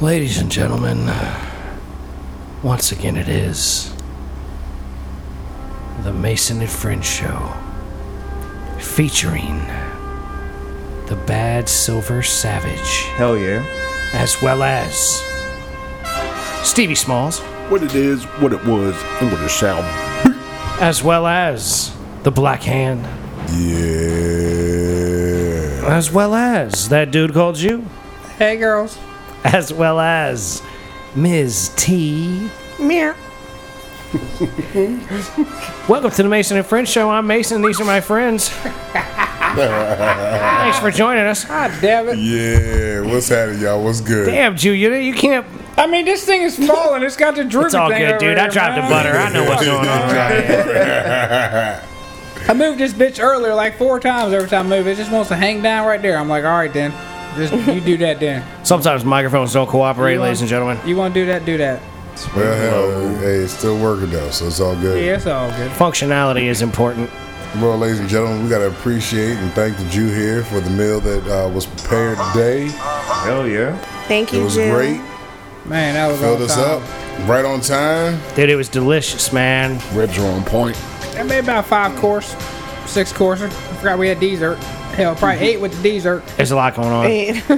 Ladies and gentlemen, uh, once again it is the Mason and Friends Show featuring the Bad Silver Savage Hell yeah. as well as Stevie Smalls What it is, what it was, and what it shall as well as the Black Hand Yeah. as well as that dude called you Hey, girls. as well as Ms. T. Meow. Welcome to the Mason and Friends Show. I'm Mason. These are my friends. Thanks for joining us. God damn it. Yeah. What's happening, y'all? What's good? Damn, Jew, you, you can't. I mean, this thing is small and it's got the droopy It's all thing good, over dude. here, I dropped the man. butter. I know what's going on. I moved this bitch earlier like four times every time I move. It just wants to hang down right there. I'm like, all right, then. Just you do that then. Sometimes microphones don't cooperate, You want- ladies and gentlemen. You want to do that, do that. Well, hell, hey, it's still working though, so it's all good. Yeah, it's all good. Functionality is important. Well, ladies and gentlemen, we gotta appreciate and thank the Jew here for the meal that uh, was prepared today. Hell yeah. Thank you, It was Jill. great. Man, that was Filled all us time. up right on time. Dude, it was delicious, man. Ribs are on point. That made about five course, six courser. I forgot we had dessert. Hell, Mhm. probably eight with the dessert. There's a lot going on. With the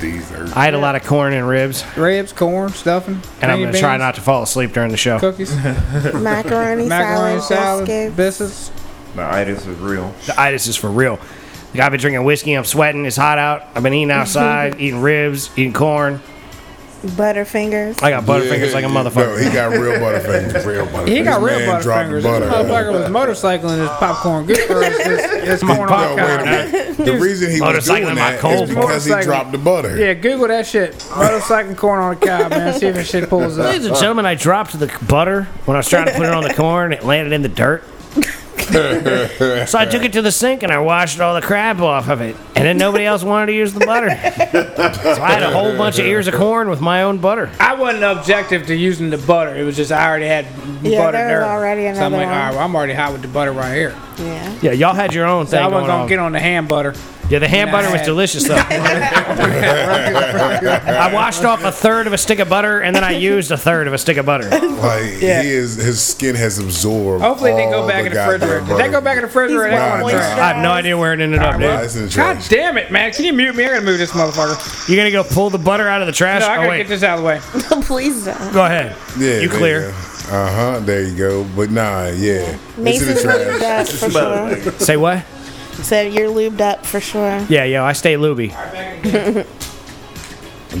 dessert. I had a lot of corn and ribs, Ribs, corn, stuffing. and I'm green going to try beans, not to fall asleep during the show. Cookies, Macaroni, macaroni salad, salad, biscuit. biscuits. The itis is real. The itis is for real. Like, I've been drinking whiskey, I'm sweating, it's hot out. I've been eating outside, eating ribs, eating corn. Butterfingers. I got butterfingers like a No, motherfucker. he got real butterfingers. Real butterfingers. He got real Man dropped butterfingers. butter. This motherfucker was motorcycling his popcorn. Good for his, his, his corn No, on wait a cob. minute. The reason he was Motorcycling doing my that cold. is because he Motorcycling. dropped the butter. Yeah, Google that shit. Motorcycling corn on a cob, man. See if that shit pulls up. Ladies and gentlemen, I dropped the butter when I was trying to put it on the corn. It landed in the dirt. so I took it to the sink and I washed all the crab off of it. And then nobody else wanted to use the butter. So I had a whole bunch of ears of corn with my own butter. I wasn't objective to using the butter. It was just I already had Yeah, butter there there. was already so I'm another like, one. all right, well, I'm already hot with the butter right here. Yeah. Yeah, y'all had your own thing. So I wasn't going gonna on. get on the ham butter. yeah, the ham Nah. butter was delicious though. I washed off a third of a stick of butter and then I used a third of a stick of butter. Like Yeah. he is, his skin has absorbed. Hopefully they all go back in the goddamn refrigerator. Did butter. they go back in the refrigerator? They He's don't wanna moist. try it. I have no idea where it ended up, Nah, dude. it's in the God trash. damn it, man! Can you mute me? I gotta move this motherfucker. You're gonna go pull the butter out of the trash? No, I oh gotta wait, get this out of the way. Please don't. go ahead. Yeah, you clear? Uh huh. There you go. But nah, yeah. Mason it's in the lubed trash. up for sure. Say what? Said you're lubed up for sure. Yeah, yo, I stay lubey.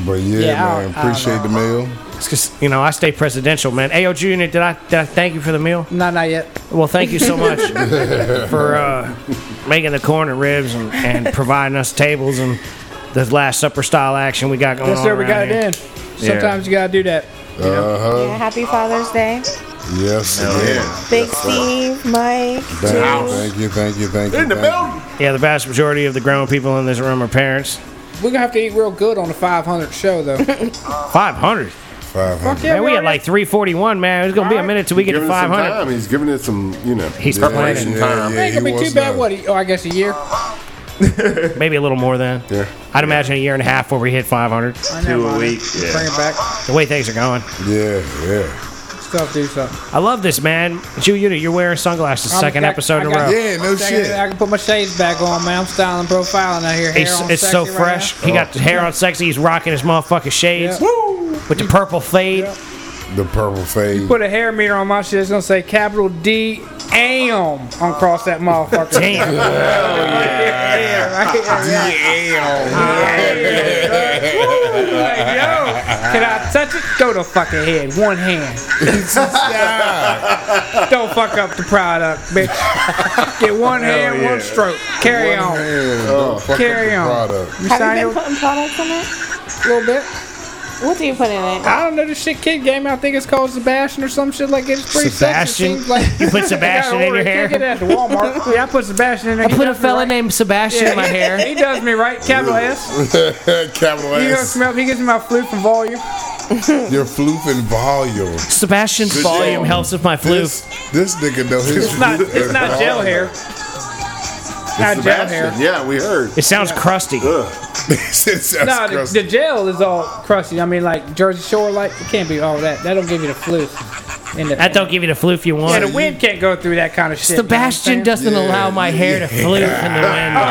But yeah, Yeah, I- man. Appreciate the meal. It's just you know I stay presidential, man. Ayo Junior, did I did I thank you for the meal? No, not yet. Well, thank you so much for uh, making the corn and ribs and, and providing us tables and this Last Supper style action we got going Yes, on. sir. We around got it here. in. Sometimes you gotta do that. Uh huh. Yeah, happy Father's Day. Yes. Yeah. Big Steve, Thank Mike, you, Jill. thank you. Thank you. Thank you. In the building. Yeah, the vast majority of the grown people in this room are parents. We're gonna have to eat real good on the 500 show, though. Five hundred. Five hundred. yeah, Man, we at like three forty one. Man, it's gonna be a minute till we get to Giving it five some hundred. time. He's giving it some, you know, He's preparation planning. time. Yeah, ain't he gonna be was too bad. not. What? a- Oh, I guess a year. Maybe a little more than. Yeah. I'd imagine a year and a half before we hit five hundred. Two a week. Bring Yeah. it back. The way things are going, Yeah. Yeah. Stuff, do stuff. I love this, man. Jew Unit, you're wearing sunglasses. I'm- Second I- episode in I a got- row. Yeah. No Second, I shit. can put my shades back on, man. I'm styling, profiling out here. Hair It's, on it's so sexy right fresh. he got the hair on sexy. He's rocking his motherfucking shades Yeah. with the purple fade. The purple fade. now. Put a hair meter on my shit. It's gonna say capital D AM on cross that motherfucker. Damn. Yeah, yeah, right, yeah, yeah. Woo, like, yo, can I touch it? Throw the fucking head, one hand. Don't fuck up the product, bitch. Get one hand, one stroke. Carry on. Man, don't fuck up Carry the on. product. You Have sign you been your putting products in it? little bit. What do you put in it? I don't know this shit kid game. I think it's called Sebastian or some shit like it. It's pretty Sebastian? sexy. Seems like You put Sebastian in your hair? Get at the Walmart. Yeah, I put Sebastian in there. I put a fella named Sebastian in my hair. He does me right, capital S. Capital He gonna S. smell. He gets me my flute from volume. Your floofing volume. Sebastian's Good volume job. helps with my flu. This, this nigga know his. It's not. It's not gel hair. Not gel hair. Sebastian. Yeah, we heard. It sounds crusty. Ugh. No, the, the gel is all crusty. I mean, like Jersey Shore, like it can't be all that. That don't give you the flu. And the, That don't give you the flu if you yeah, want. the wind can't go through that kind of shit. you know what I'm Sebastian saying? doesn't allow my hair to floof in the wind. Oh,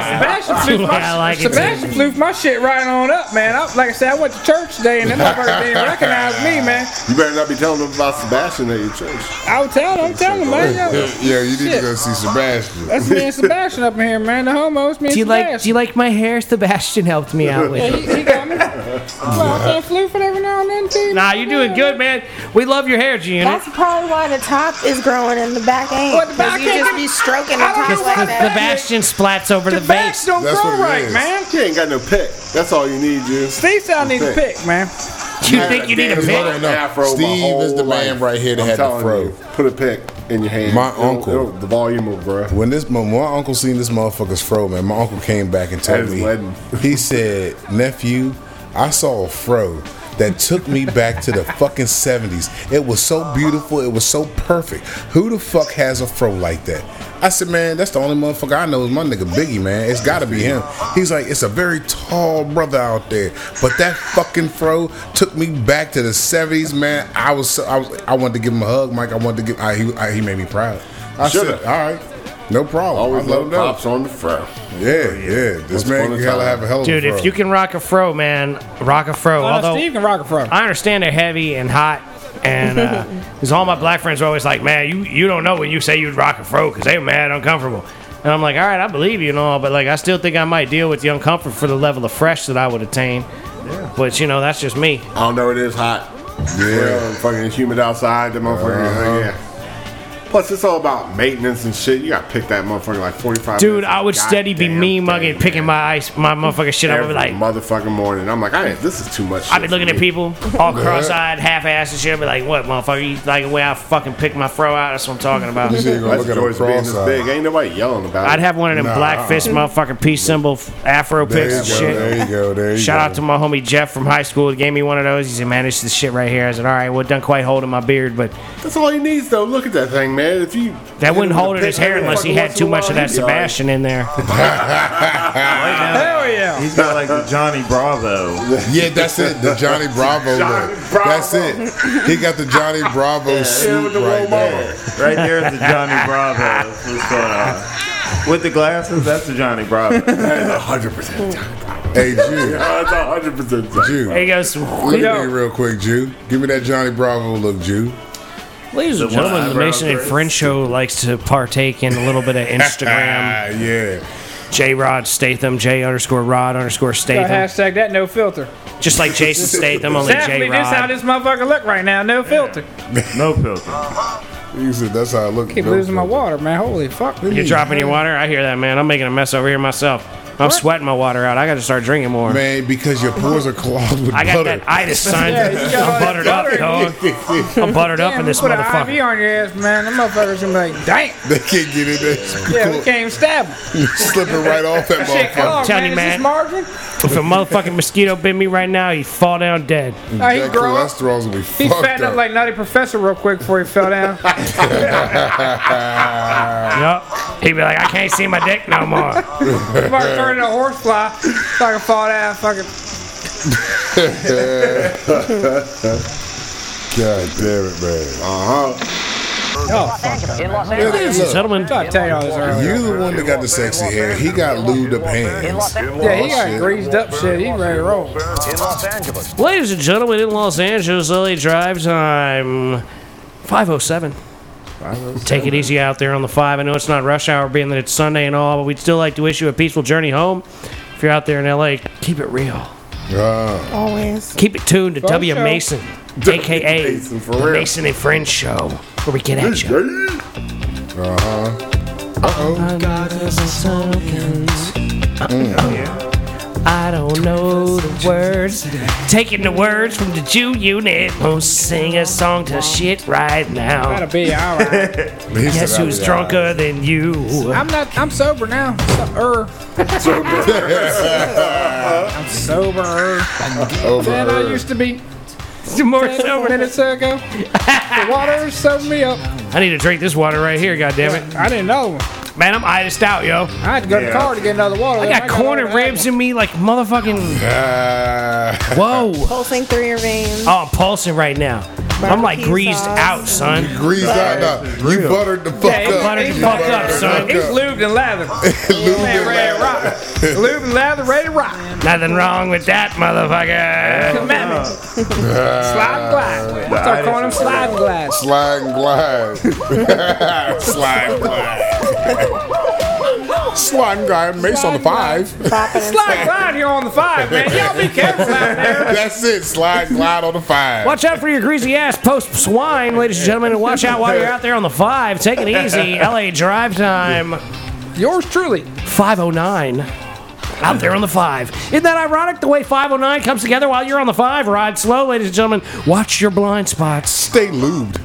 Sebastian flew my, I like it. Sebastian flew my shit right on up, man. I, like I said, I went to church today and that motherfucker didn't recognize me, man. You better not be telling them about Sebastian at your church. I was telling him, I'm telling him, man. yo, yeah, you need to Shit. go see Sebastian. That's me and Sebastian up in here, man. The homos, me and Do you like Do you Sebastian. like my hair? Sebastian helped me out with. Yeah, he, he got me. Well, I can't flu for every now and then, too. Nah, you're doing good, man. We love your hair, G Unit. That's probably why the top is growing and the back ain't. Well, the back Because you ain't- just be stroking the I don't top know like why that. Sebastian splats over the The backs vase. don't That's what grow it right, is. man. You ain't got no pick. That's all you need, Jim. Steve said I need to Pick. pick, man. Do you think you need a Damn, pick? I had an afro my Steve whole is the man life. right here that I'm had the telling fro. you, put a pick in your hand. My It'll- uncle. it'll- the volume will grow. When this when my uncle seen this motherfucker's fro, man, my uncle came back and At told his me. wedding. He said, "Nephew, I saw a fro that took me back to the fucking seventies. It was so beautiful. It was so perfect. Who the fuck has a fro like that?" I said, "Man, that's the only motherfucker I know is my nigga Biggie, man. It's got to be him." He's like, "It's a very tall brother out there, but that fucking fro took me back to the seventies, man. I was, so, I was, I wanted to give him a hug, Mike. I wanted to give. I, he, I, he made me proud. I Shoulda. said, all right, no problem. Always I let love him know. pops on the fro. Yeah, yeah. This Once man upon a can hella time. have a hell of Dude, a fro. if you can rock a fro, man, rock a fro. Uh, Although Steve can rock it from. I understand they're heavy and hot, and because all my black friends are always like, "Man, you you don't know when you say you'd rock a fro because they're mad uncomfortable." And I'm like, "All right, I believe you and all, but like, I still think I might deal with the uncomfort for the level of fresh that I would attain." But you know, that's just me. I don't know. It is hot. yeah. Well, fucking it's humid outside. The motherfucker. uh, Uh-huh. Yeah. Plus, it's all about maintenance and shit. You gotta pick that motherfucker like 45 Dude, minutes I a would steady be goddamn me thing, mugging, picking man. my ice, my motherfucking shit up. I'd be like, Every motherfucking morning. I'm like, I ain't, this is too much. I've been shit looking for at me. people all cross-eyed, half-assed and shit. I'd be like, "What, motherfucker? You like the way I fucking pick my fro out? That's what I'm talking about." You gonna That's look the at joys a of being cross this big. Ain't nobody yelling about I'd it. have one of them Nah. black fist motherfucking peace symbol f- afro There picks you and go. shit. There you go. There you Shout go. out to my homie Jeff from high school. He gave me one of those. He said, "Man, this is the shit right here." I said, "All right, well, it doesn't quite hold in my beard, but That's all he needs, though. Look at that thing, man. If you that wouldn't hold in his hair unless he had too much of that Sebastian in there." Hell yeah. He's got like the Johnny Bravo. Yeah, that's it. The Johnny Bravo. Johnny look. Bravo. That's it. He got the Johnny Bravo Yeah, swoop with the right roll there. over. Right there is the Johnny Bravo. What's going on? With the glasses, that's the Johnny Bravo. That is 100 percent. Hey, Jew. That's 100 percent. Jew. There you goes. Look Ladies at me real quick, Jew. Give me that Johnny Bravo look, Jew. and The gentlemen, the eyebrow Mason and grace. French show likes to partake in a little bit of Instagram. Ah, yeah. J Rod Statham, J underscore Rod underscore Gotta Statham, Hashtag that no filter. just like Jason Statham, only Definitely J this how Rod. this motherfucker look right now. No filter. No filter. He said that's how I look. Keep losing my water, man. Holy fuck. You're dropping your water. I hear that, man. I'm making a mess over here myself. I'm sweating my water out. I got to start drinking more. Man, because your pores are clogged with I got butter. that itis sign. Yeah, you got all I'm that buttered up, butter. dog. I'm buttered up in Damn, this put an IV motherfucker. on your ass, man. Them motherfuckers gonna be like, damn. They can't get in there. Yeah, we can't even stab him. Slipping right off that Shit, come motherfucker. on, Tell man. you, Is this man. margarine? Mm, If a motherfucking mosquito bit me right now, he'd fall down dead. Oh, he that grow up. cholesterol's gonna be He fucked fattened up like Nutty Professor real quick before he fell down. Yup. He'd be like, I can't see my dick no more. Fucking turned into a horsefly. Fucking fall down. Fucking. God damn it, man. Uh huh. Oh, fuck. It is up. Gentlemen, I tell you all this earlier. You the one that got the sexy hair. He got lubed up hands. Yeah, he got shit. greased up shit. He ready to roll. ladies and gentlemen, in Los Angeles, LA drive time 507. Take it easy out there on the 5. I know it's not rush hour being that it's Sunday and all, but we'd still like to wish you a peaceful journey home. If you're out there in LA, keep it real. Uh, Always. Keep it tuned to Fun W. show. Mason, W. aka Mason, for the real. Mason and Friends Show, where we get at you. oh, Uh-uh. I don't know the words. Taking the words from the Jew unit. Won't sing a song to shit right Gotta now. be alright. he said oh. Guess I'll who's be all right. drunker than you? I'm not. I'm sober now. Sober. I'm sober. Over Than I her. used to be More ten sober. minutes ago. The water sobered me up. I need to drink this water right here, goddammit. I didn't know. Man, I'm iced out, yo. I had to go to the Yeah. car to get another water. I got corner ribs in me like motherfucking. Uh, Whoa. Pulsing through your veins. Oh, I'm pulsing right now. I'm like Barbecue greased sauce. out, son. greased out. nah, You buttered the fuck Yeah, you up. buttered the You fuck up, the son. fuck It's up. lubed and lathered. Lubed Man, and ready to rock. lathered. Lubed and lathered, ready to rock. Nothing wrong with that, motherfucker. Commandments. Slide and glide. What's our calling them? Slide and glide. Slide and glide. Slide and glide. Slide and glide. Mace on the five. Popping and Slide and glide here on the five, man. Y'all be careful out there. That's it. Slide and glide on the five. Watch out for your greasy ass post swine, ladies and gentlemen, and watch out while you're out there on the five. Take it easy. LA drive time Yours truly. 509. Out there on the five. Isn't that ironic the way 509 comes together while you're on the five? Ride slow, ladies and gentlemen. Watch your blind spots. Stay lubed.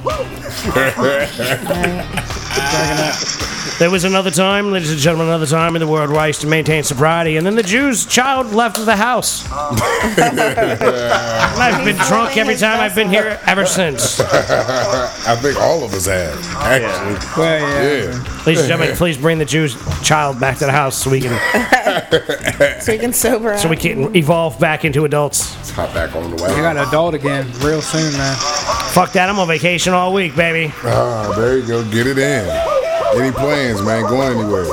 There was another time, ladies and gentlemen, another time in the world where I used to maintain sobriety, and then the Jew's child left the house. And I've been drunk every time I've been here ever since. I think all of us have, actually. Well, yeah. Yeah. Ladies and gentlemen, please bring the Jew's child back to the house so we can so you can sober up. so we can evolve back into adults. Let's hop back on the I wagon. got an adult again real soon, man. Fuck that, I'm on vacation all week, baby. Ah, there you go. Get it in. Any plans, man? Going anywhere?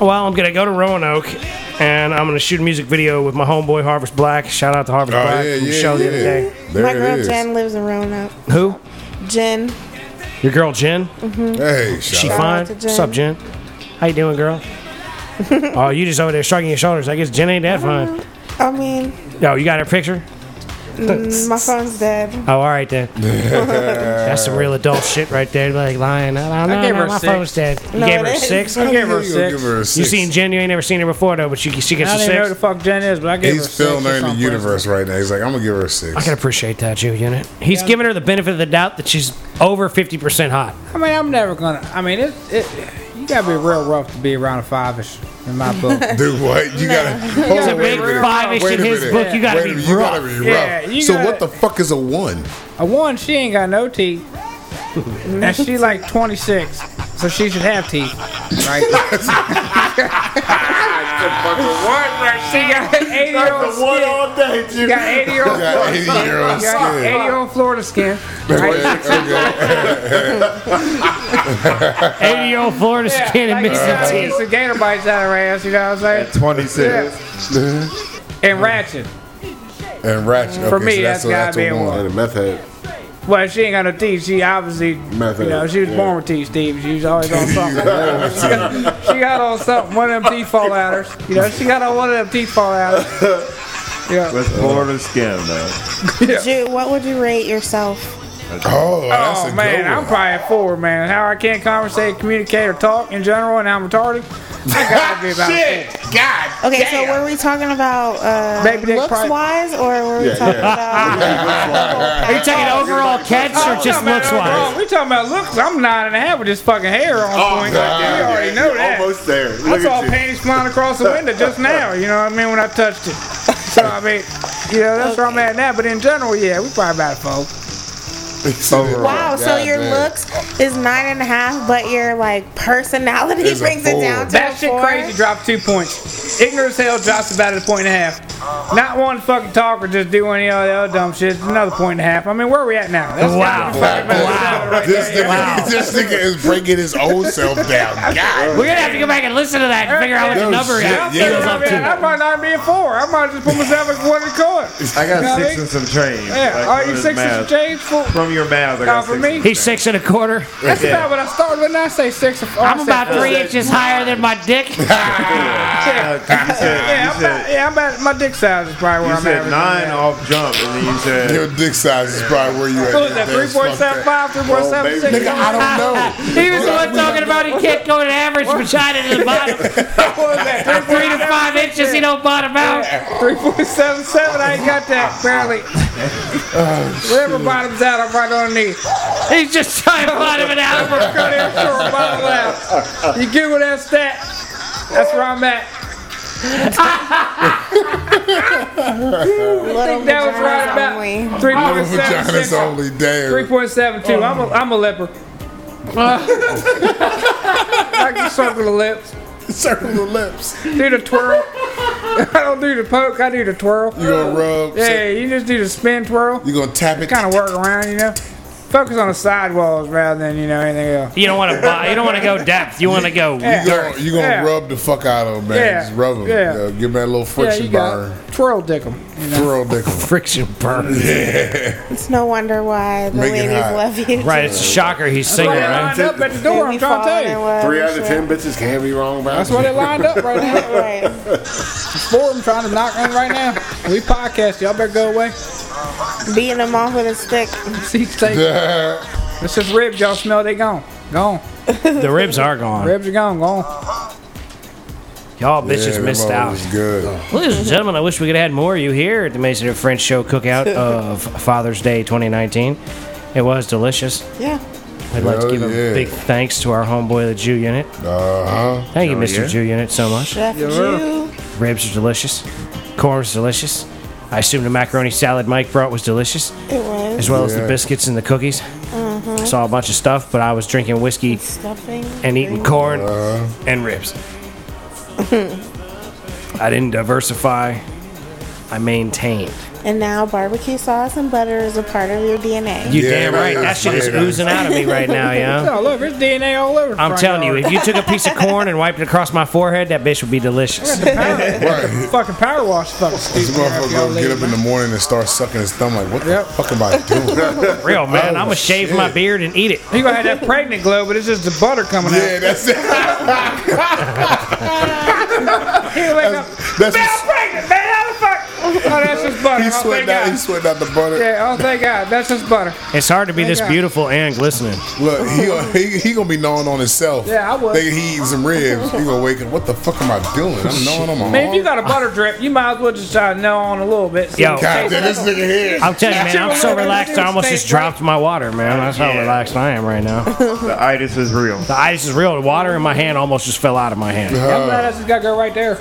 Well, I'm gonna go to Roanoke and I'm gonna shoot a music video with my homeboy Harvest Black. Shout out to Harvest Oh, Black yeah, from the yeah, show the yeah. other day. My There girl it is. Jen lives in Roanoke. Who? Jen. Your girl Jen? Hey, She shout out. fine? out to Jen. What's up, Jen? How you doing, girl? oh, you just over there shrugging your shoulders. I guess Jen ain't that fine. I mean, No, you got her picture? my phone's dead. Oh, all right then. That's some real adult shit right there. Like lying. I, I no, gave no, her a my six. phone's dead. You No, gave it her a is. six. How I the gave her hell a you gonna six. give her a You six? seen Jen? You ain't never seen her before though, but she she gets I a don't even know who the six. fuck Jen is, but I gave her a He's six filling her or in the something. universe right now. He's like, I'm gonna give her a I six. can appreciate that, you unit. He's giving her the benefit of the doubt that she's over fifty percent hot. I mean, I'm never gonna. I mean, it, it. You gotta be real rough to be around a five-ish in my book. Dude, what? You gotta hold There's on, a big wait a minute. five-ish in Wait a his minute. book. You gotta Wait a be minute. You rough. gotta be rough. Yeah, you so gotta- what the fuck is a one? a one, she ain't got no teeth, and she like 26, so she should have teeth, right? she got an 80 year old That's the one skin. all day, She Jim. got 80 year You got old. 80 year old Got skin. 80 year old Florida skin. Okay, okay. Eighty-year-old Florida skin and mixed yeah, teeth. like, some gator bites out of her ass, you know what I'm saying? 26. And ratchet. And ratchet. For okay, me, so that's gotta that's, that's be a a one. one. And a meth head. Well, she ain't got no teeth. She obviously, Method, you know, she was yeah. born with teeth, Steve. She was always on something. she got on something. One of them teeth fall out her. You know, she got on one of them teeth fall out her. Yeah. With Florida skin, though. Jude, what would you rate yourself? Oh, that's a Oh good man, I'm one. probably a four, man. How I can't conversate, communicate, or talk in general, and I'm retarded. I gotta be about a four. Okay, so were we talking about uh, Baby dick looks price. wise, or were we talking about? Are you taking overall catch or just Talking about looks overall, wise? We talking about looks. I'm nine and a half with this fucking hair on Oh, point. Like, God. you already know that. Almost there. I Look saw at you. panties flying across the window just now. You know what I mean when I touched it. So I mean, you know that's where I'm at now. But in general, yeah, we probably about a four. Wow, so God your damn. looks is nine and a half, but your like personality It's a brings it four. down to That a shit four? crazy dropped two points. Ignorant as hell drops about a point and a half. Not one fucking talk or just do any of the other dumb shit. Another point and a half. I mean, where are we at now? That's Wow. Wow. This nigga, this nigga is breaking his own self down. God. We're gonna have to go back and listen to that and figure out No what number he shit, he yeah. was up I, mean, I to. might not be a four. I might just put myself at one and color. I got Yeah, six they- and some change. Yeah, are you six and change? Four. From your mouth, I Now, got for six me, and He's six and a quarter. That's about what I started with. and I say six. Or, I'm about three inches higher than my dick. Yeah, Uh, you said, yeah, you I'm said, about, yeah, I'm about my dick size is probably where you I'm said at. nine off jump, and then you said Your dick size is probably where you at. What was that? That's Three point seven fucked up. five, three point seven six. Nigga, I don't know. He was the one talking about he can't go to average vagina to the bottom. What was that? From three to five inches, he don't bottom out. Three point seven seven. I ain't got that barely. Whatever bottoms out, I'm right on the knee. He's just trying to bottom it out. Go there for a bottom out. You get with that stat? That's where I'm at. I think that was right Only. about three Little point seven vaginas six. only. Three Damn. point seven two. I'm a, I'm a leper. like to circle the lips, Circle the lips. do the twirl. I don't do the poke, I do the twirl. You gonna rub? Yeah, you just do the spin twirl. You gonna tap it? Kind of work around, you know. Focus on the sidewalls rather than you know anything else. You don't want to. You don't want to go depth. You want to go. You gonna, you gonna Yeah. rub the fuck out of them, man. Yeah. Just rub them. Yeah. You know, give 'em that little Yeah, friction you got burn. it. twirl dick 'em, You know? Real dick. Friction burn. It's no wonder why the Make it ladies hot. love you. Right, it's a shocker. He's single, That's why they right? lined up at the door. I'm trying to tell you. Three out of ten bitches can't be wrong about That's it. why they lined up right now. Right. Four of them trying to knock on right now. We podcast. Y'all better go away. Beating them off with a stick. See, say, yeah, it's just ribs. Y'all smell they gone. Gone. The ribs are gone. Ribs are gone. Gone. Y'all bitches them missed all out. Was good. Ladies and gentlemen, I wish we could have had more of you here at the Mason and French Show Cookout of Father's Day 2019. It was delicious. Yeah. I'd like to Hell give Oh, yeah. a big thanks to our homeboy, the Jew Unit. Uh huh. Thank you, Mr. yeah. Jew Unit, so much. Jeff Jew. Ribs are delicious. Corn's delicious. I assume the macaroni salad Mike brought was delicious, It was. as well as the Yeah. biscuits and the cookies. Saw a bunch of stuff, but I was drinking whiskey Stuffing. and eating corn Uh-huh. and ribs. I didn't diversify. I maintained. And now barbecue sauce and butter is a part of your DNA. You Yeah, damn it right. is. That shit is It is. oozing out of me right now, yo. Oh, look, there's DNA all over. the I'm front telling you, yard. if you took a piece of corn and wiped it across my forehead, that bitch would be delicious. Right. fucking power wash, fucking This stupid. motherfucker y'all gonna get up ladies. in the morning and start sucking his thumb like, what Yep. the fuck am I doing? Real man, Oh, I'ma shave my shit. beard and eat it. You gonna have that pregnant glow, but it's just the butter coming yeah, out. that's it. He'll wake up. That's Man, just, I'm pregnant, man. How the fuck? Oh, that's just butter. he's oh, thank sweating out. God. He's sweating out the butter. Yeah, oh, thank God. That's just butter. It's hard to be this God. beautiful and glistening. Look, he, gonna- he he gonna be gnawing on himself. Yeah, I would. Thinking he eating some ribs. He gonna wake up. What the fuck am I doing? I'm gnawing on my Man, if you arm." got a butter drip, you might as well just try to gnaw on a little bit. Yo. God damn, this nigga here. I'm telling you, man, I'm so relaxed. I almost just dropped my water, man. That's how Yeah. relaxed I am right now. The itis is real. The ice is real. The water in my hand almost just fell out of my Uh-huh. hand. I'm glad that's just got to go right there.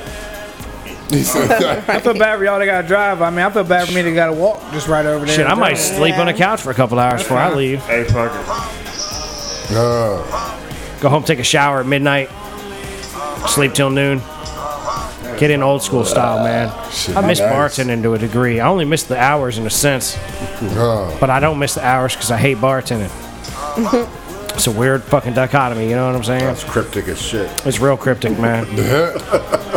He said, I feel bad for y'all that got to drive. I mean, I feel bad for me that got to walk just right over there. Shit, I and might drive. sleep on the couch for a couple hours before I leave. Hey, fuck uh, Go home, take a shower at midnight, sleep till noon. Get in old school style, man. shit, I miss nice. bartending to a degree. I only miss the hours in a sense, Uh, but I don't miss the hours because I hate bartending. it's a weird fucking dichotomy, you know what I'm saying? That's cryptic as shit. It's real cryptic, man.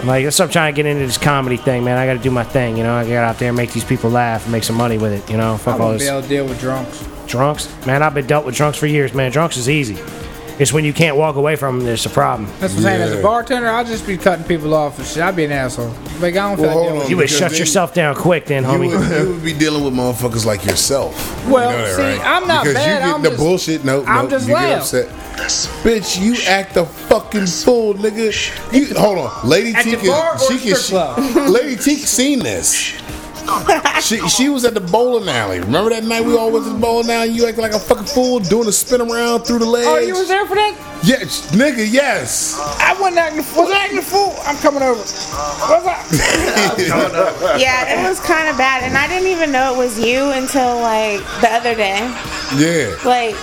like, that's what I'm trying to get into this comedy thing, man. I got to do my thing, you know? I got out there and make these people laugh and make some money with it, you know? I Fuck all won't be this able to deal with drunks. drunks. Man, I've been dealt with drunks for years, man. Drunks is easy. It's when you can't walk away from them, there's a problem. That's what I'm saying. As Yeah. a bartender, I'll just be cutting people off and shit. I'd be an asshole. Like, I don't feel Well, like hold dealing on. with You would Because shut then- yourself down quick then, you homie. would, you would be dealing with motherfuckers like yourself. Well, you know that, see, right? I'm not because bad, you get I'm the just- bullshit. No, I'm no, just you loud. get upset. Bitch, you act the fucking fool, nigga. You hold on, Lady At T. the can- bar or she can- strip club? Lady T. seen this. She, she was at the bowling alley. Remember that night we all went to the bowling alley? You acting like a fucking fool, doing a spin around through the legs. Oh, you was there for that? Yes, nigga, yes. I wasn't acting. Was I acting a fool? I'm coming over. Was I? Yeah, it was kind of bad, and I didn't even know it was you until like the other day. Yeah. Like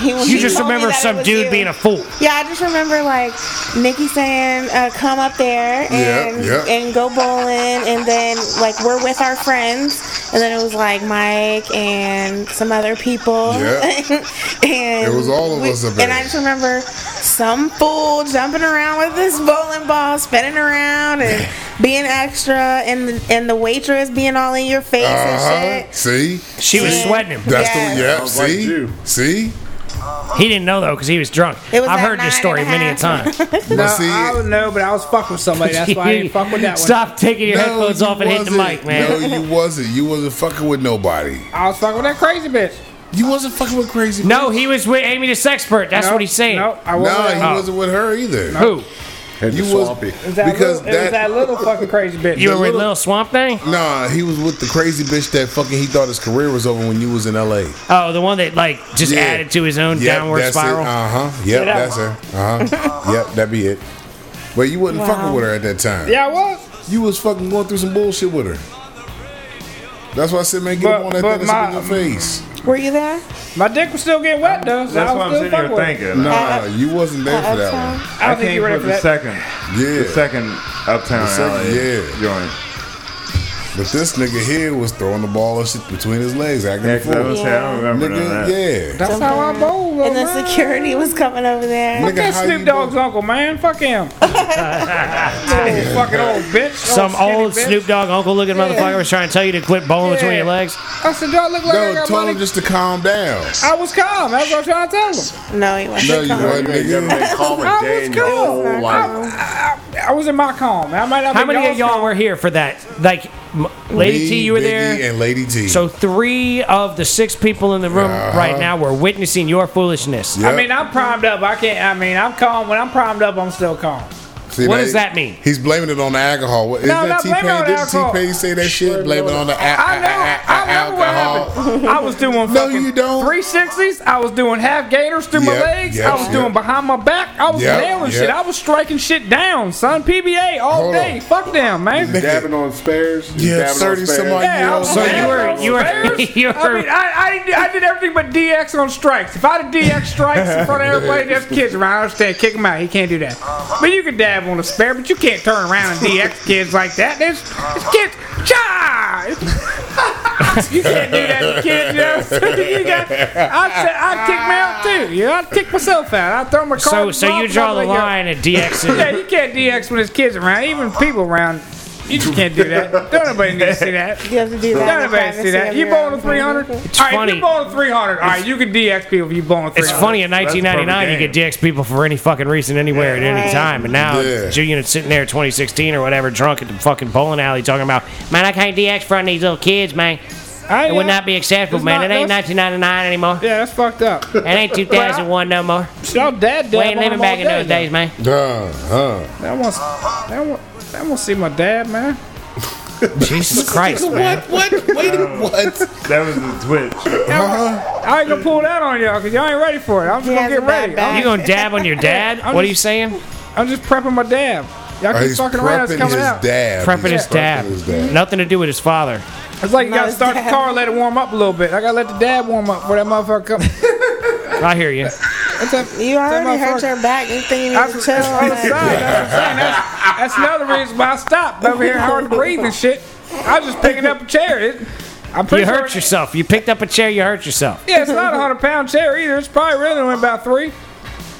he when You he just told me remember that it some was dude you. being a fool. Yeah, I just remember like Nikki saying, uh, "Come up there and Yeah, yeah. and go bowling," and then like we're with our friends, and then it was like Mike and some other people. Yeah. and It was all of us up And there. I just remember some fool jumping around with this bowling ball, spinning around and being extra, and the, and the waitress being all in your face Uh and huh. shit. See, She was Yeah. sweating him. that's Yes. the yeah. Sounds like See, you. see. He didn't know though because he was drunk. It was I've at heard this nine story and a many a half. time. But No, see, I would know, but I was fucking with somebody. That's why I didn't fuck with that one. Stop taking your No, headphones you off and hitting the wasn't. mic, man. No, you wasn't. You wasn't fucking with nobody. I was fucking with that crazy bitch. You wasn't fucking with crazy. No, he was with Amy the Sexpert. That's No, what he's saying. No, I No, wasn't. he Oh. wasn't with her either. Who? Head You to was- swampy. It was that Because little, it was that- that little fucking crazy bitch. You were with little- Lil Swamp Thing? Nah, he was with the crazy bitch that fucking he thought his career was over when you was in L.A. Oh, the one that like just Yeah. added to his own downward that's spiral. it. Uh huh. Yep, that that's her. Uh huh. yep, that be it. But you wasn't fucking with her at that time. yeah, I was. You was fucking going through some bullshit with her. That's why I said, man, get But- him on that but thing that's up in my- your face. Were you there? My dick was still getting wet though, so That's I was what I'm still sitting here fucking with it. thinking. No, Uh, you wasn't there uh, for that uptown? one. I I don't think came you were for ready for the that. second, Yeah. the second Uptown second, Alley yeah. joint. But this nigga here was throwing the ball and shit between his legs, acting Yeah, a 'cause I fool. was saying, I don't remember none of Nigga, that. yeah. That's how I bowl. though, And the man. security was coming over there. Fuck Nigga, that how Snoop you Dogg's bowl? uncle, man. Fuck him. Old fucking old bitch. Some Oh, skinny old bitch. Snoop Dogg uncle looking motherfucker was trying to tell you to quit bowling between Yeah. your legs. I said, do I look like I No, got told money? him just to calm down. I was calm. That's what I was trying to tell him. No, he wasn't. No, you coming. wasn't, nigga. Calm I a day was in your cool. whole life. I, I was in my calm. I might not How be many of y'all's y'all calm. were here for that? Like, m- Lady Me, T, you were Biggie, there. And Lady T. So three of the six people in the room Uh-huh. right now were witnessing your foolishness. Yep. I mean, I'm primed up. I can't. I mean, I'm calm. When I'm primed up, I'm still calm. See, What does that mean? He's blaming it on the alcohol. What- Is No, that not T blaming it on Pain? the Didn't T alcohol. Pain say that shit? Blame it on the a- I know. I a- a- remember what alcohol. happened. I was doing No, fucking you don't. 360s. I was doing half gaiters through my Yep, legs. yep, I was yep. doing behind my back. I was Yep, nailing yep. shit. I was striking shit down, son. PBA all Hold day. on. Fuck them, man. Nigga. Dabbing on spares. Yeah, dabbing on 30 spares. somebody Yeah, I was So you mad. were- I was you were- embarrassed. you I were- mean, I, I, did, I did everything but DX on strikes. If I did DX strikes in front of everybody, there's kids around. I understand. Kick him out. He can't do that. But you can dab on a spare, but you can't turn around and DX kids like that. There's, there's kids. Cha! you can't do that to kids. You know? you got, I'd, say, I'd kick me out too. You know, I'd kick myself out. I'd throw my So, car. so you draw the line at Yeah, DX. you can't DX when there's kids around. Even people around, you just can't do that. Don't nobody need to see that. You have to do that. Don't in the nobody see privacy that. of You your bowling own a 300? It's all right, funny. you bowling a 300. All right, you can DX people if you bowling a 300. It's funny in That's a perfect 1999 you could DX people for any fucking reason anywhere at any Right. time, and now Yeah. Julian's sitting there 2016 or whatever, drunk at the fucking bowling alley, talking about man, I can't DX for these little kids, man. I, It would not be acceptable, It's man. not- it ain't that's- 1999 anymore. Yeah, that's fucked up. It ain't 2001 no more. Y'all dad dad. We ain't living back in those days, man. Duh, huh. That wants, that wants, that wants to see my dad, man. Jesus Christ, man. What? What? Wait, what? That was the Twitch. Huh? I ain't gonna pull that on y'all because y'all ain't ready for it. I'm just Yeah, gonna it's get a bad ready. back. I'm, You gonna dab on your dad? I'm what are just- you saying? I'm just prepping my dab. Y'all Oh, keep he's fucking around. It's prepping his coming out. dab. Prepping He's his dab. prepping his dab. Nothing to do with his father. It's like you No, gotta it's start the dab. car, let it warm up a little bit. I gotta let the dab warm up for that motherfucker come. I hear you. What's up? You already hurt motherfucker- your back. You think you That's, need to chill. that's on the like- side. That's, what I'm saying. That's- that's another reason why I stopped over here hard to breathe and shit. I was just picking up a chair. It, I'm pretty You sure hurt yourself. You picked up a chair. You hurt yourself. Yeah, it's not a hundred pound chair either. It's probably really only about three,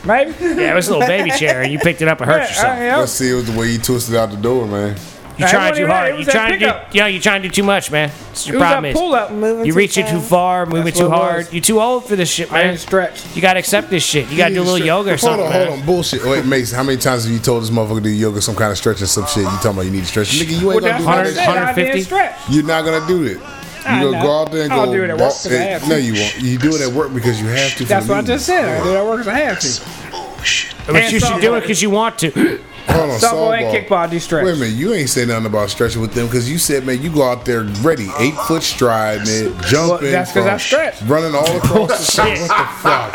maybe. Yeah, it was a little baby chair, and you picked it up and hurt yourself. Yeah, I- Let's see. It was the way you twisted out the door, man. You I trying wasn't too even- hard. it You was that trying to pickup. do? Yeah, you trying to do too much, man. That's It your was problem that is. pull up. Moving You reaching fast. too far, moving That's too what it hard. was. You're too old for this shit, I man. ain't stretched. You gotta accept this shit. You gotta do a little yoga or something. Hold on, man. hold on. Bullshit. Wait, Mason, how many times have you told this motherfucker to do yoga, some kind of stretching, some shit? You talking about you need to stretch? Nigga, you ain't Well, gonna that's do what none I of said. that. I 150? didn't stretch. You're not gonna do it. I You know. gonna go out there and go. I'll do it at work walk- if I have to. No, you won't. You do it at work because you have to. for That's the what I meeting. just said. I did that work as I had to. But you And should do it softball. because you want to. Hold on, Softball softball and kickball, I do stretch. Wait a minute, you ain't saying nothing about stretching with them because you said, man, you go out there ready, eight foot stride, man, jumping, that's 'cause I from stretch. running all across the street. What the fuck?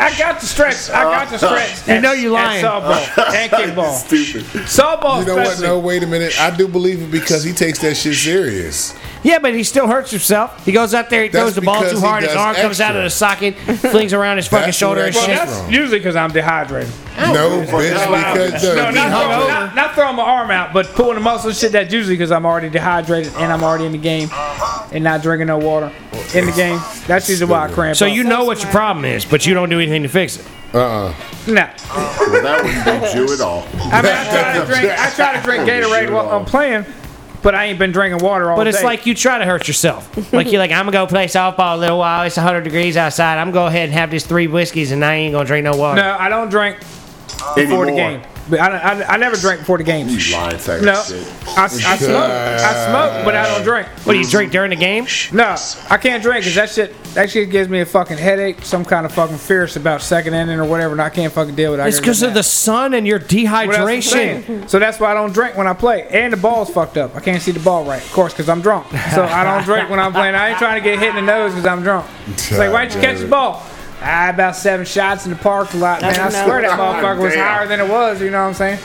I got the stretch. I got the stretch. You know you lying. And softball and kickball. Stupid. Softball You know what? especially. No, wait a minute. I do believe it because he takes that shit serious. Yeah, but he still hurts himself. He goes out there, he That's throws the ball because too he hard. His does arm comes out of the socket, flings around his fucking That's shoulder where and that shit. comes That's from. usually because I'm dehydrated. No, bitch, allowed. because the, No, not, he throwing, hung not, not throwing my arm out, but pulling the muscle and shit. That's usually because I'm already dehydrated and I'm already in the game and not drinking no water in the game. That's usually why I cramp. So up. you know what your problem is, but you don't do anything to fix it. over. nah. Well, that wouldn't do you at all. I mean, I try to drink. I try to drink Gatorade while I'm playing, but I ain't been drinking water all But day. it's like you try to hurt yourself. Like you're like, I'm gonna go play softball a little while. It's 100 degrees outside. I'm gonna go ahead and have these three whiskeys, and I ain't gonna drink no water. no, I don't drink before Anymore. the game. But I, don't- I, I never drank before the game. You lying sack of No, shit. I, I smoke. I smoke, but I don't drink. What do you drink during the game? No, I can't drink because that shit that shit gives me a fucking headache, some kind of fucking fierce about second ending or whatever, and I can't fucking deal with it. It's because of the sun and your dehydration. hydration. So that's why I don't drink when I play, and the ball's fucked up. I can't see the ball right, of course, because I'm drunk. So I don't drink when I'm playing. I ain't trying to get hit in the nose because I'm drunk. It's like why didn't you catch the ball? I had about seven shots in the parking lot, man. I swear that motherfucker was Damn. higher than it was. You know what I'm saying?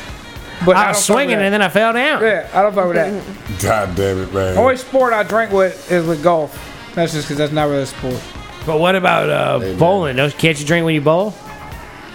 But I was swinging and then I fell down. yeah, I don't fuck with that. God damn it, man. Only sport I drink with is with golf. That's just because that's not really a sport. But what about uh, Amen. bowling? Those, can't you drink when you bowl?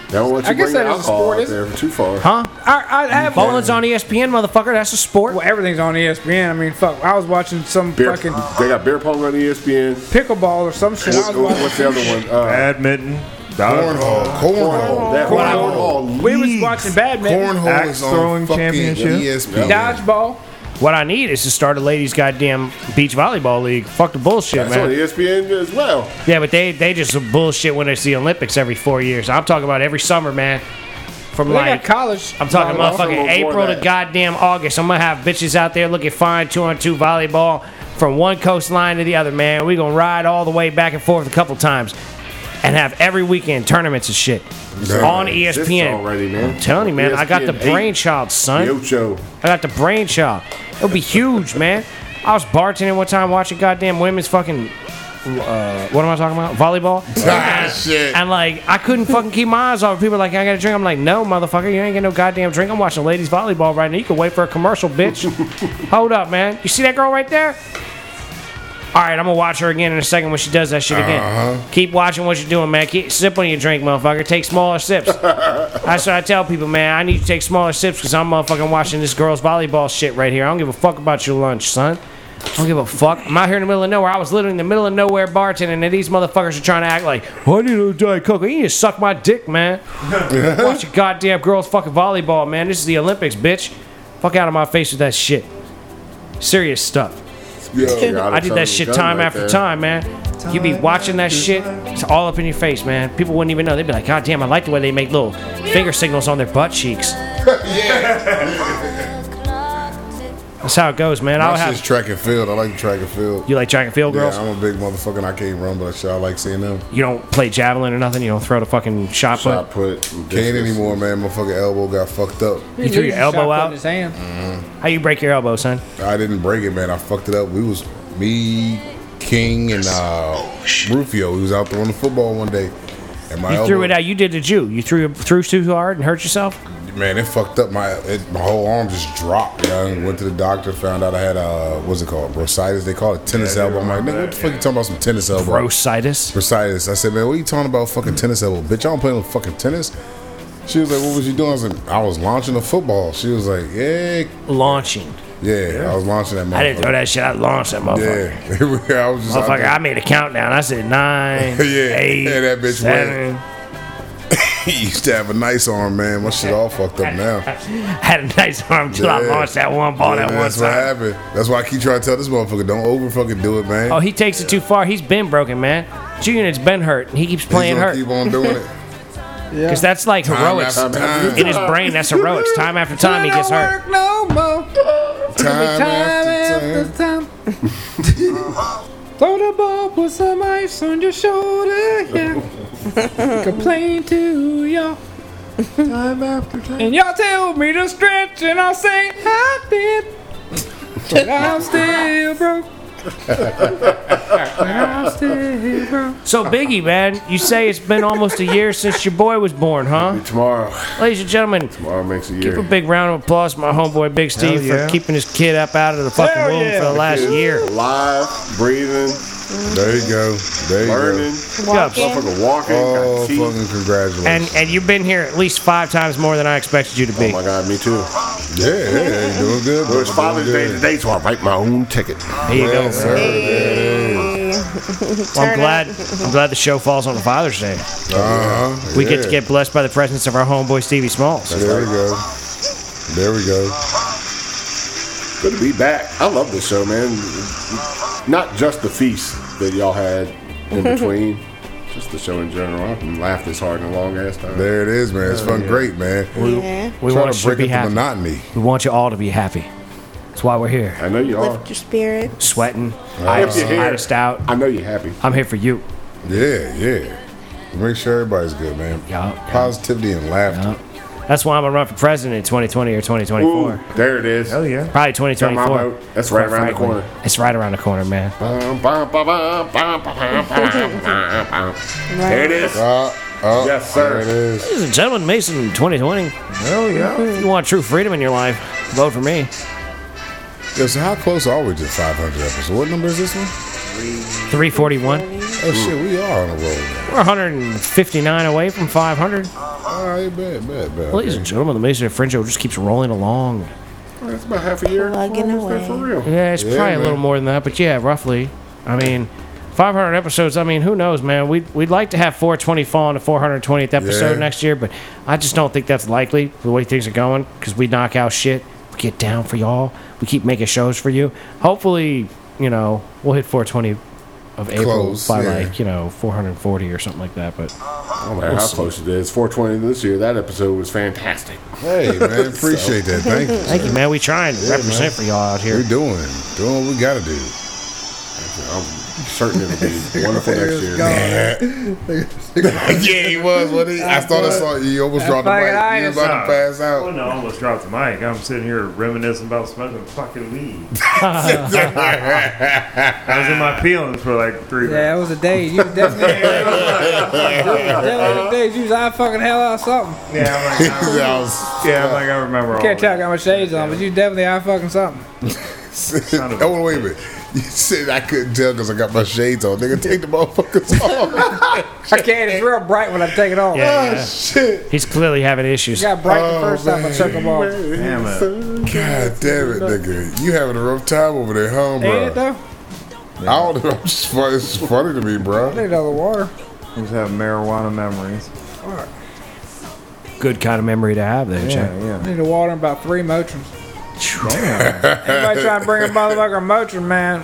Don't want you I guess bring that is a alcohol sport, out isn't there for too far. Huh? I, I have one. Bowling's on E ESPN, motherfucker. That's a sport. Well, everything's on E ESPN. I mean, fuck. I was watching some Beer, fucking they got beer pong on E ESPN. pickleball or some shit. I What- was watching. what's the other one? Uh, Badminton. Cornhole. Cornhole. that Cornhole. cornhole. We was Leagues. watching badminton, Cornhole is Axe on throwing fucking E championship? ESPN. dodgeball. What I need is to start a ladies' goddamn beach volleyball league. Fuck the bullshit, That's man. on E ESPN as well. Yeah, but they they just bullshit when it's the Olympics every four years. I'm talking about every summer, man. From They got like college. I'm talking Well, I'm motherfucking for April to that. goddamn August. I'm gonna have bitches out there looking fine two on two volleyball from one coastline to the other, man. We gonna ride all the way back and forth a couple times. And have every weekend tournaments and shit on E This is ESPN. already, man. E I'm telling you, man, I got the ESPN eight. brainchild, son. Yocho. I got the brainchild. It'll be huge, man. I was bartending one time watching goddamn women's fucking. Uh, what am I talking about? Volleyball. Ah, shit. And like, I couldn't fucking keep my eyes off. it. People are like, I got a drink. I'm like, no, motherfucker, you ain't getting no goddamn drink. I'm watching ladies volleyball right now. You can wait for a commercial, bitch. Hold up, man. You see that girl right there? All right, I'm gonna watch her again in a second when she does that shit again. Uh-huh. Keep watching what you're doing, man. Keep sip on your drink, motherfucker. Take smaller sips. That's what I tell people, man. I need to take smaller sips because I'm motherfucking watching this girl's volleyball shit right here. I don't give a fuck about your lunch, son. I don't give a fuck. I'm out here in the middle of nowhere. I was literally in the middle of nowhere bartending, and these motherfuckers are trying to act like, "Oh, I need a Diet Coke. You need to suck my dick, man. Watch your goddamn girls fucking volleyball, man. This is the Olympics, bitch. Fuck out of my face with that shit. Serious stuff. Yo, I did that shit time after time, man. You'd be watching that shit. It's all up in your face, man. People wouldn't even know. They'd be like, God damn, I like the way they make little finger signals on their butt cheeks. That's how it goes, man. I'll My shit's have. track and field. I like track and field. You like track and field Yeah, girls? I'm a big motherfucker and I can't run, but I sure like seeing them. You don't play javelin or nothing? You don't throw the fucking shot Shot put? put. Can't anymore, man. Motherfucking elbow got fucked up. You threw your Shot put elbow In his out? hand. How you break your elbow, son? I didn't break it, man. I fucked it up. We was me, King, and uh, Rufio. We was out there on the football one day, and my You elbow, threw it out. You did the Jew. You threw threw too hard and hurt yourself? man, it fucked up. My it, my whole arm just dropped. Yeah, and went to the doctor, found out I had uh, what's it called, bursitis. They call it tennis elbow. I'm like, nigga, what the fuck you talking about? Some tennis elbow? Brositis. Bursitis. I said, man, what you talking about? Fucking tennis elbow, bitch. I don't play no fucking tennis. She was like, what was you doing? I was like, I was launching a football. She was like, yeah, Launching. yeah. I was launching that. I didn't throw motherfucker. that shit. I launched that motherfucker. Yeah, I was just out Motherfucker, there. I made a countdown. I said nine, Yeah, eight, yeah, that bitch seven. He used to have a nice arm, man. My shit all fucked up now. Had a nice arm till I Yeah. launched that one ball Yeah, that one that's what time. happened. That's why I keep trying to tell this motherfucker, don't over fucking do it, man. Oh, he takes it too far. He's been broken, man. Junior's been hurt, and he keeps He's playing gonna hurt Keep on doing it. because that's like Time heroics. after time. In his brain, that's heroics. Time after time, he gets hurt. Work no more. Time after Time time. after time. Throw the ball, put some ice on your shoulder. Yeah. Complain to y'all. Time after time. And y'all tell me to stretch, and I'll say I did. But I'm still broke. I'm still broke. So Biggie, man, you say it's been almost a year since your boy was born, huh? Tomorrow. Ladies and gentlemen, Tomorrow makes a give a year. big round of applause to my homeboy Big Steve yeah. for keeping his kid up out of the fucking Hell womb yeah. for the last year. Alive, breathing, There you go. There you learning, Good. fucking walking, go. got Oh, teeth. fucking congratulations. And and you've been here at least five times more than I expected you to Oh be. my God, me too. yeah, yeah, you doing It good. was brother, Father's Day doing good. today, so I write my own ticket. there you go. Yes, sir. Well, I'm Turn glad. I'm glad the show falls on Father's Day. Uh-huh. We Yeah. get to get blessed by the presence of our homeboy Stevie Smalls. There we go. There we go. Good to be back. I love this show, man. Not just the feast that y'all had in between, just the show in general. I haven't laughed this hard in a long ass time. There it is, man. It's fun, great, man. Yeah. We Trying want to you to break be up the happy. monotony. We want you all to be happy. That's why we're here. I know you are. Lift your spirit. Sweating, If ice, you're here, iced out. I know you're happy. I'm here for you. Yeah, yeah. Make sure everybody's good, man. Yeah, yeah. Positivity and laughter. That's why I'm gonna run for president in 2020 or 2024. Ooh, there it is. Oh yeah. Probably 2024. Got my vote. That's right Quite around the frankly. corner. It's right around the corner, man. Bum, bum, bum, bum, bum, bum, bum, bum, bum, bum. There it is. Uh, uh, Yes, sir. There it is. Ladies and gentlemen, Mason 2020. If Oh yeah. you want true freedom in your life, vote for me. Yo, so how close are we to 500 episodes? What number is this one? 341. Oh shit, we are on a roll. now. We're 159 away from 500. All right, bad, bad, bad. Ladies and gentlemen, the Mason and French show just keeps rolling along. That's about half a year. Plugging Almost there away. For real. Yeah, it's Yeah, probably a man. little more than that, but yeah, roughly. I mean, 500 episodes. I mean, who knows, man? We'd, we'd like to have 420 fall into 420th episode Yeah. next year, but I just don't think that's likely the way things are going because we knock out shit. We get down for y'all. We keep making shows for you. Hopefully, you know, we'll hit 420 of April Close, by yeah. like, you know, 440 or something like that, but. I don't matter how close it is. 420 this year. That episode was fantastic. Hey man, appreciate that. Thank you. Thank you, man. We trying to represent for y'all out here. We're doing, doing what we gotta do. I'm certain it'll be wonderful next year. yeah, he was. What he? I thought I saw you. Almost dropped the fucking mic. You was about to pass Oh out. no! I almost dropped the mic. I'm sitting here reminiscing about smoking fucking weed. I was in my feelings for like three. Yeah, it was a day. You was definitely That was a day. You was out fucking hell out something. minutes. Yeah, I'm like, I was- I, yeah, I'm like I remember all. Can't tell I that. got my shades on, but you definitely out fucking something. oh wait a minute. You said I couldn't tell because I got my shades on. Nigga, take the motherfuckers off. I can't. It's real bright when I take it off. Yeah, oh yeah. shit. He's clearly having issues. It got bright the Oh, first time I man. took them off. Ain't Damn it. God damn it, nigga. You having a rough time over there, huh, bro? it though? I don't know. It's funny, it's funny to me, I need bro. another water. I just have marijuana memories. Good kind of memory to have, there, Jack. Yeah, yeah. I need a water and about three Motrins. Anybody trying to bring a motherfucker Motrin, man?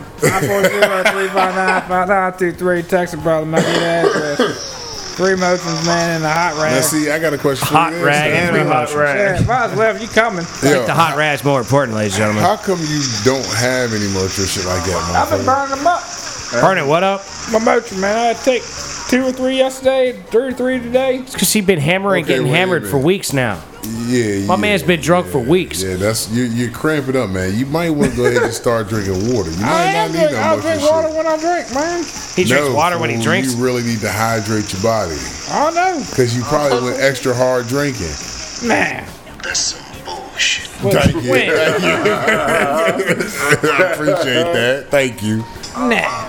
540-359-5923. Text a brother, my good address. Three Motrins, man, in the hot Now, rag. see, I got a question for Hot you. rag and three hot Yeah, if I was left, you coming. Yo, The hot rat's more important, ladies and gentlemen. How come you don't have any motion shit like that, I've been motherfucker? burning them up. Burn it, what up? My Motrin, man. I had to take two or three yesterday, three or three today. It's because he's been hammering, Okay, getting wait a hammered for minute. weeks now. Yeah, My yeah, man's been drunk for weeks. Yeah, that's you. You're cramping up, man. You might want to go ahead and start drinking water. You might I not ain't need drink, no I'll motion drink water shit. when I drink, man. He drinks No, water when he fool, drinks. You really need to hydrate your body I don't know. because you probably went extra hard drinking. Nah. Thank you. Thank you. I appreciate that. Thank you. Nah.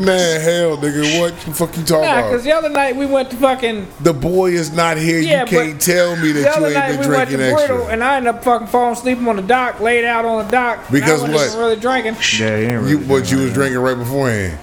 Man, hell, nigga, what the fuck you talking Nah, about? because the other night we went to fucking. The boy is not here. Yeah, you but can't tell me The that you other night ain't we been went to drinking Brittle, extra. and I ended up fucking falling asleep on the dock, laid out on the dock. and Because I wasn't what? even really drinking. Yeah, you ain't really You, but doing you that. was drinking right beforehand.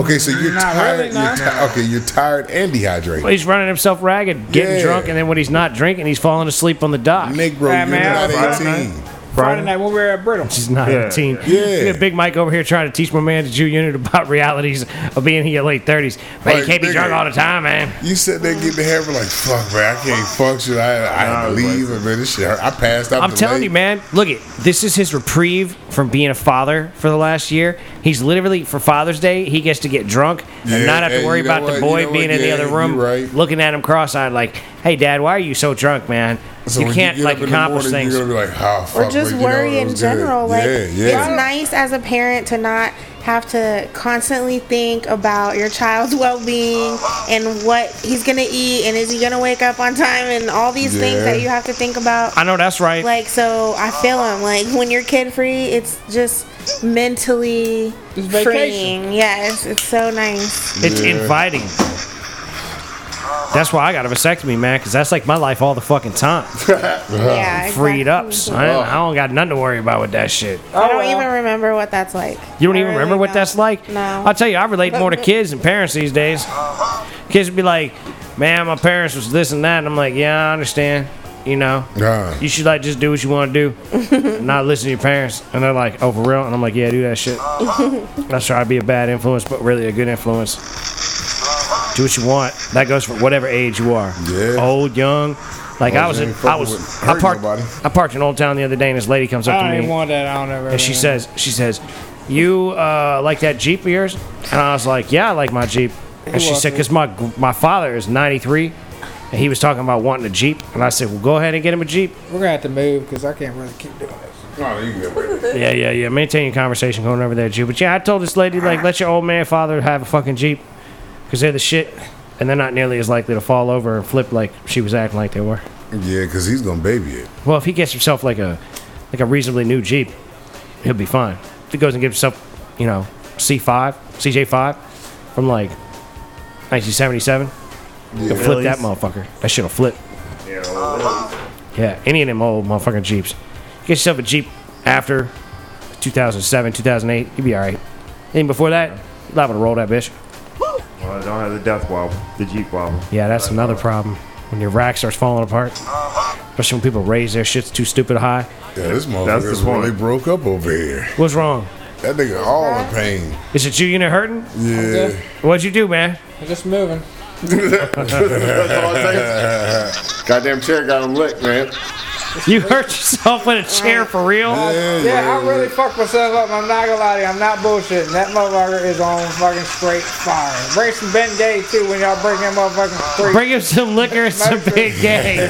Okay, so you're Not tired. really, nah. you're ti- okay, you're tired and dehydrated. He's running himself ragged, getting Yeah. drunk, and then when he's not drinking, he's falling asleep on the dock. Negro, you're Hey, man, I not was 18. Friday night when we were at Brittle. He's not Yeah. 18. Yeah. We got Big Mike over here trying to teach my man the Jew unit about realities of being in your late 30s. Man, you Like, can't be nigga. drunk all the time, man. You sit there getting the hammer like, fuck, man, I can't function. I, I had Nah, to leave, and man, this shit hurt. I passed out. I'm telling you, man. Look it. This is his reprieve from being a father for the last year. He's literally for Father's Day, he gets to get drunk and Yeah, not have to hey, worry you know about what, the boy you know being what, in the yeah, other you room, right. looking at him cross-eyed, like, "Hey, Dad, why are you so drunk, man? you can't like accomplish things." You're gonna be like, oh, fuck, or just man, you know, worry it in was general. good. Like yeah, yeah. it's nice as a parent to not have to constantly think about your child's well-being and what he's gonna eat and is he gonna wake up on time and all these things Yeah. that you have to think about. I know that's right. Like so, I feel him. Like when you're kid-free, it's just mentally It's vacation. freeing. Yes, it's so nice. it's Yeah. inviting. That's why I got a vasectomy, man, because that's like my life all the fucking time. yeah, Freed up, exactly. son. I don't got nothing to worry about with that shit. I don't well. even remember what that's like. You don't I even really remember what don't. that's like? No. I'll tell you, I relate more to kids than parents these days. Kids would be like, man, my parents was this and that. And I'm like, yeah, I understand. You know, Nah. you should like just do what you want to do, and not listen to your parents. And they're like, oh, for real? And I'm like, yeah, do that shit. That's try to be a bad influence, but really a good influence. Do what you want. That goes for whatever age you are. Yeah. Old, young. Like I was, ain't in, fucking I with- was, I hurting parked, nobody. I parked in Old Town the other day, and this lady comes I up to don't me. even want that. I don't ever. And she says, she says, you uh, like that Jeep of yours? And I was like, yeah, I like my Jeep. And she said, because my, my father is 93, and he was talking about wanting a Jeep. And I said, well, go ahead and get him a Jeep. "We're gonna have to move because I can't really keep doing this." Oh, you can get away. Yeah, yeah, yeah. Maintain your conversation going over that Jeep. But yeah, I told this lady, like, let your old man father have a fucking Jeep, because they're the shit. And they're not nearly as likely to fall over and flip like she was acting like they were. Yeah, because he's gonna baby it. Well, if he gets himself like a like a reasonably new Jeep, he'll be fine. If he goes and gives himself, you know, C five, CJ five, from like 1977. Could flip that motherfucker. That shit'll flip. Yeah, any of them old motherfucking Jeeps. Get yourself a Jeep after 2007, 2008, you'd be all right. Anything before that, you're liable to roll that bitch. Well, I don't have the death wobble, the Jeep wobble. Yeah, that's another problem. When your rack starts falling apart, especially when people raise their shits too stupid high. Yeah, That's this the motherfucker's really point. broke up over here. What's wrong? That nigga all in pain. Is it you unit hurting? Yeah. What'd you do, man? I'm just moving. That's all I'm saying. Goddamn chair got him licked, man. You hurt yourself with a chair for real? Yeah, I really fucked myself up. I'm not gonna lie to you. I'm not bullshitting. That motherfucker is on fucking straight fire. Bring some Ben Gay too when y'all bring that motherfucking street. Bring him some liquor and some big game.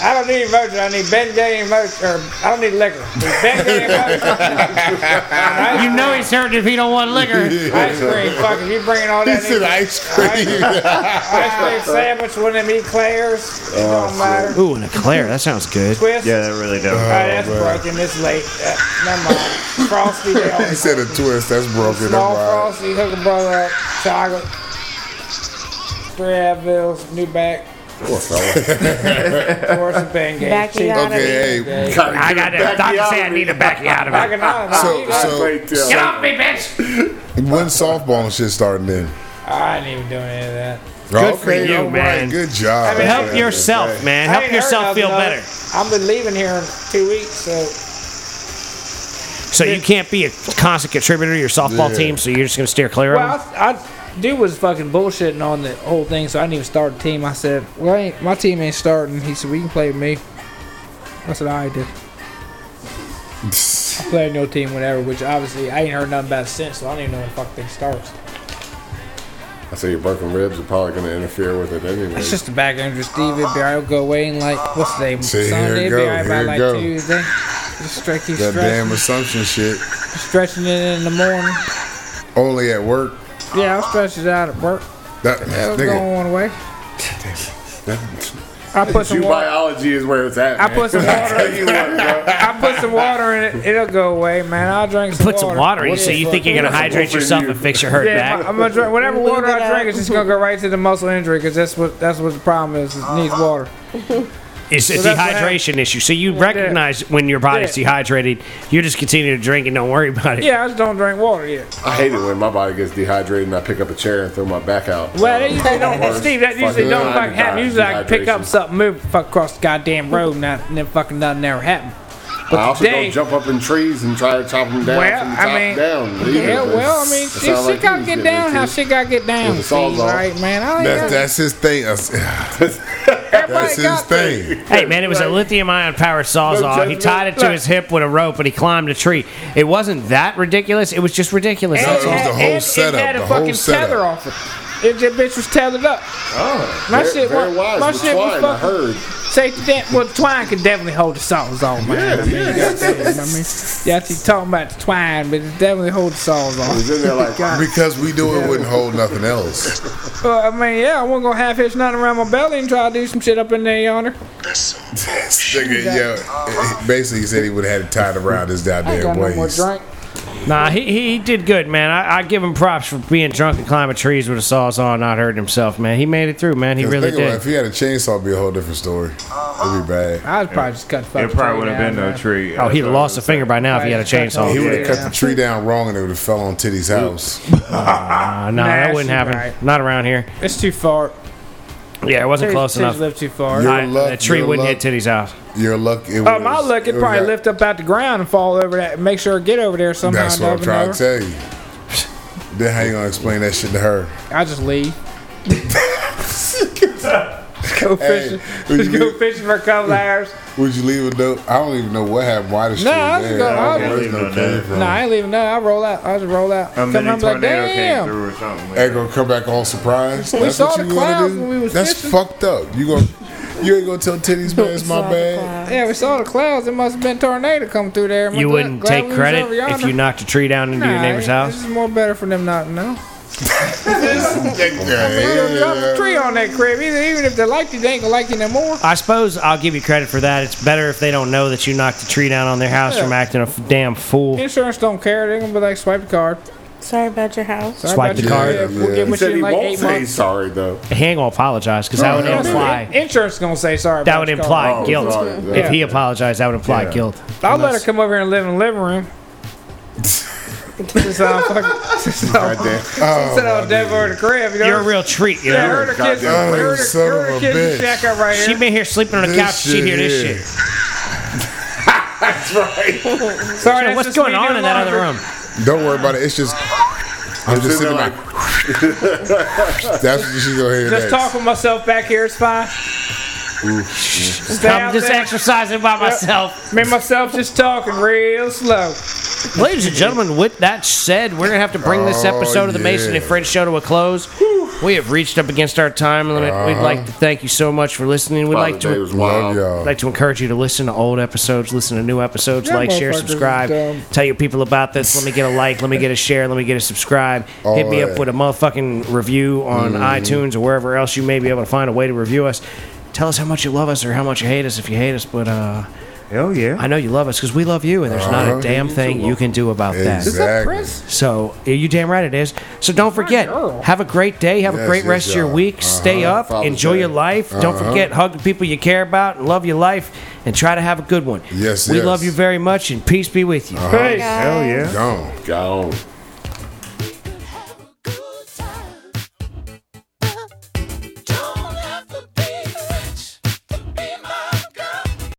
I don't need motion. I need Ben Gay and motion. Or I don't need liquor. Ben Gay and motion. You know he's hurting if he don't want liquor. Ice cream, fuck it. You bringing all He that said in. ice cream. Ice cream sandwich with them eclairs. Oh, It don't matter. Ooh, an eclair. That sounds good. Twist. Yeah, that really does. All right, that's broken. It's late. Uh, never mind. Frosty. they he always- said a twist. That's broken. Small That's Frosty, hook a brother up, chocolate, three Advils, new back, Poor fella. or some Bengay. Backy why. out of it. Okay, hey. Gotta I get got him that. back Doctor out said of I it. need a back you out of I it. can not. So, so, Like, uh, Get off me, bitch! when softball and shit starting then? I ain't even doing any of that. Good for you, man. Good job. I mean, Help man. yourself, man. I Help ain't hurt yourself nothing feel else. better. I've been leaving here in two weeks, so So you can't be a constant contributor to your softball Yeah. team, so you're just gonna steer clear of well, I, I dude was fucking bullshitting on the whole thing, so I didn't even start a team. I said, "Well, I ain't, my team ain't starting." He said, "We can play with me." I said, "I did." I played no team, whatever. Which obviously I ain't heard nothing about since, so I don't even know when the fuck thing starts. I say your broken ribs are probably going to interfere with it anyway. It's just a back injury, Steve. It'd be alright. It'll go away in like what's the name? See, here Sunday. it It'd be go, alright by here it like go. Tuesday. Just stretch, keep That damn stretching, assumption shit. stretching it in the morning. Only at work. Yeah, I'll stretch it out at work. That It'll go nigga. on away. that- I put some Jew water. biology is where it's at. I man. put some water. You want, bro. I put some water in it. It'll go away, man. I'll drink some Put water. some water in you, so Yeah, you think you're gonna Wolf hydrate in yourself you. and fix your hurt Yeah, back. I'm gonna drink whatever Leave water it I drink. out. It's just gonna go right to the muscle injury because that's what that's what the problem is. It needs water. It's a So that's what dehydration issue. So you recognize when your body's Yeah. dehydrated, you just continue to drink and don't worry about it. Yeah, I just don't drink water yet. I hate it when my body gets dehydrated and I pick up a chair and throw my back out. Well, that usually don't, Or Steve. That usually fucking don't die fucking happen. of Usually, I can pick up dehydration. something, move the fuck across the goddamn road, and that- and then fucking nothing ever happened. I also today- don't jump up in trees and try to chop them down Well, from the I top mean- down. either, Yeah, but well, I mean, it she, sound she like gotta you get was down. getting How into. she gotta get down? With the saws Steve, off. right, man. I ain't That's, got, that's his thing. That's, everybody that's his got that. thing. Hey man, it was a lithium ion powered sawzall. He judgment. tied it to Look. his hip with a rope and he climbed a tree. It wasn't that ridiculous. It was just ridiculous. And No, That's it was all. had- the whole and setup, It had a the whole fucking setup. tether off it. It that bitch was tethered up. Oh, My very, shit very was- wise. my with shit was twine, I fucking- heard. Safety net. Well, twine could definitely hold the saws on, man. Yeah, I mean, yeah. goddamn, I mean, yeah, she's talking about the twine, but it definitely hold the saws I on. was in there like, Because we do it wouldn't hold nothing else. Well, I mean, yeah, I wasn't gonna half hitch nothing around my belly and try to do some shit up in there yonder. This nigga, yo, he basically he said he would have had it tied around his I ain't got no goddamn more waist. drink. Nah, he, he, he did good, man. I, I give him props for being drunk and climbing trees with a sawzall and not hurting himself, man. He made it through, man. He Because really think about it, did. if he had a chainsaw, it'd be a whole different story. It'd be bad. I was probably just cut the fucking It probably tree wouldn't have been down, no man. tree. uh, Oh, he'd have lost a finger by now if he had a Right. chainsaw. He would have Yeah. cut the tree down wrong and it would have fell on Titty's house. Nah, nah, that Nah, wouldn't she happen. right. Not around here. It's too far. Yeah, it wasn't close Titties- titties enough. lift too far. Your I, luck- that tree your wouldn't luck- hit Titty's house. Your luck, it Oh, my was- look, it'd was probably out- lift up out the ground and fall over that. Make sure it get over there somehow. That's what I'm dove and trying to over. tell you. Then how you gonna explain that shit to her? I just leave. just go fishing. would just you go leave- fishing for a couple hours. Would you leave a note? I don't even know what happened. Why the shit? I was gonna- I was- There's no Leave no pain note. from. No, I ain't leaving. No, I roll out. I just roll out. A Come home mini be like, tornado came damn. through or something. Ain't gonna come back all surprised. That's saw what the you wanna clouds do. when we was That's fishing. fucked up. You gonna you ain't gonna tell titties man it's my Saw the bad. cloud. Yeah, we saw the clouds. It must have been tornado coming through there. You wouldn't take credit if you knocked a tree down into your neighbor's This house. is more better for them not to know. Yeah, They'll yeah, drop a yeah. tree on that crib. Even, even if they liked you, they ain't gonna like you no more. I suppose I'll give you credit for that. It's better if they don't know that you knocked a tree down on their house from acting a f- damn fool. Insurance don't care. They're gonna be like, swipe the card. Sorry about your house. Sorry Swipe about the you. card. Yeah, We'll Yeah. get He with you said in he like won't eight say months. sorry though. He ain't gonna apologize because that would no, no. imply Insurance is gonna say sorry. that about would your imply Oh, guilt. sorry. If he Yeah. apologized, that would imply Yeah. guilt. car. I'll let her come over here and live in the living room. Since I'm fucking, since I'm, Goddamn. since I'm dead over the crib, you know? You're a real treat, you Yeah, know. her and her kids, Goddamn her and her- son her and her of a kids bitch. shack up right She here. been here sleeping on the This couch. She shit hear this here. shit. Sorry, that's What's just going me on doing in that other laundry. room? Don't worry about it. It's just. I'm just sitting sitting like. That's what you should go ahead and Just next. talking myself back here. It's fine. Stay I'm out just there. exercising by myself. Me and myself just talking real slow. Ladies and gentlemen, with that said, we're gonna have to bring this Oh, episode of the Mason and yeah. French Show to a close. We have reached up against our time limit. We'd like to thank you so much for listening. We'd like Father Day to was Love wild. I'd y'all. like to encourage you to listen to old episodes, listen to new episodes, Yeah, like, share, motherfuckers, subscribe. dumb. Tell your people about this. Let me get a like, let me get a share, let me get a subscribe. All Hit Mm-hmm. me up right. with a motherfucking review on iTunes or wherever else you may be able to find a way to review us. Tell us how much you love us or how much you hate us if you hate us, but uh, Hell yeah. I know you love us because we love you, and there's not a Uh-huh. damn thing you can do about that. Exactly. So yeah, you damn right it is. So don't forget. girl. Have a great day. Have a Yes, great yes, rest of your y'all. Uh-huh. week. Stay up. Father's enjoy Day. your life. Don't forget hug the people you care about and love your life and try to have a good one. Yes, we yes. Uh-huh. love you very much and peace be with you. Hey, Guys. hell yeah. Gone. Gone. We could have a good time.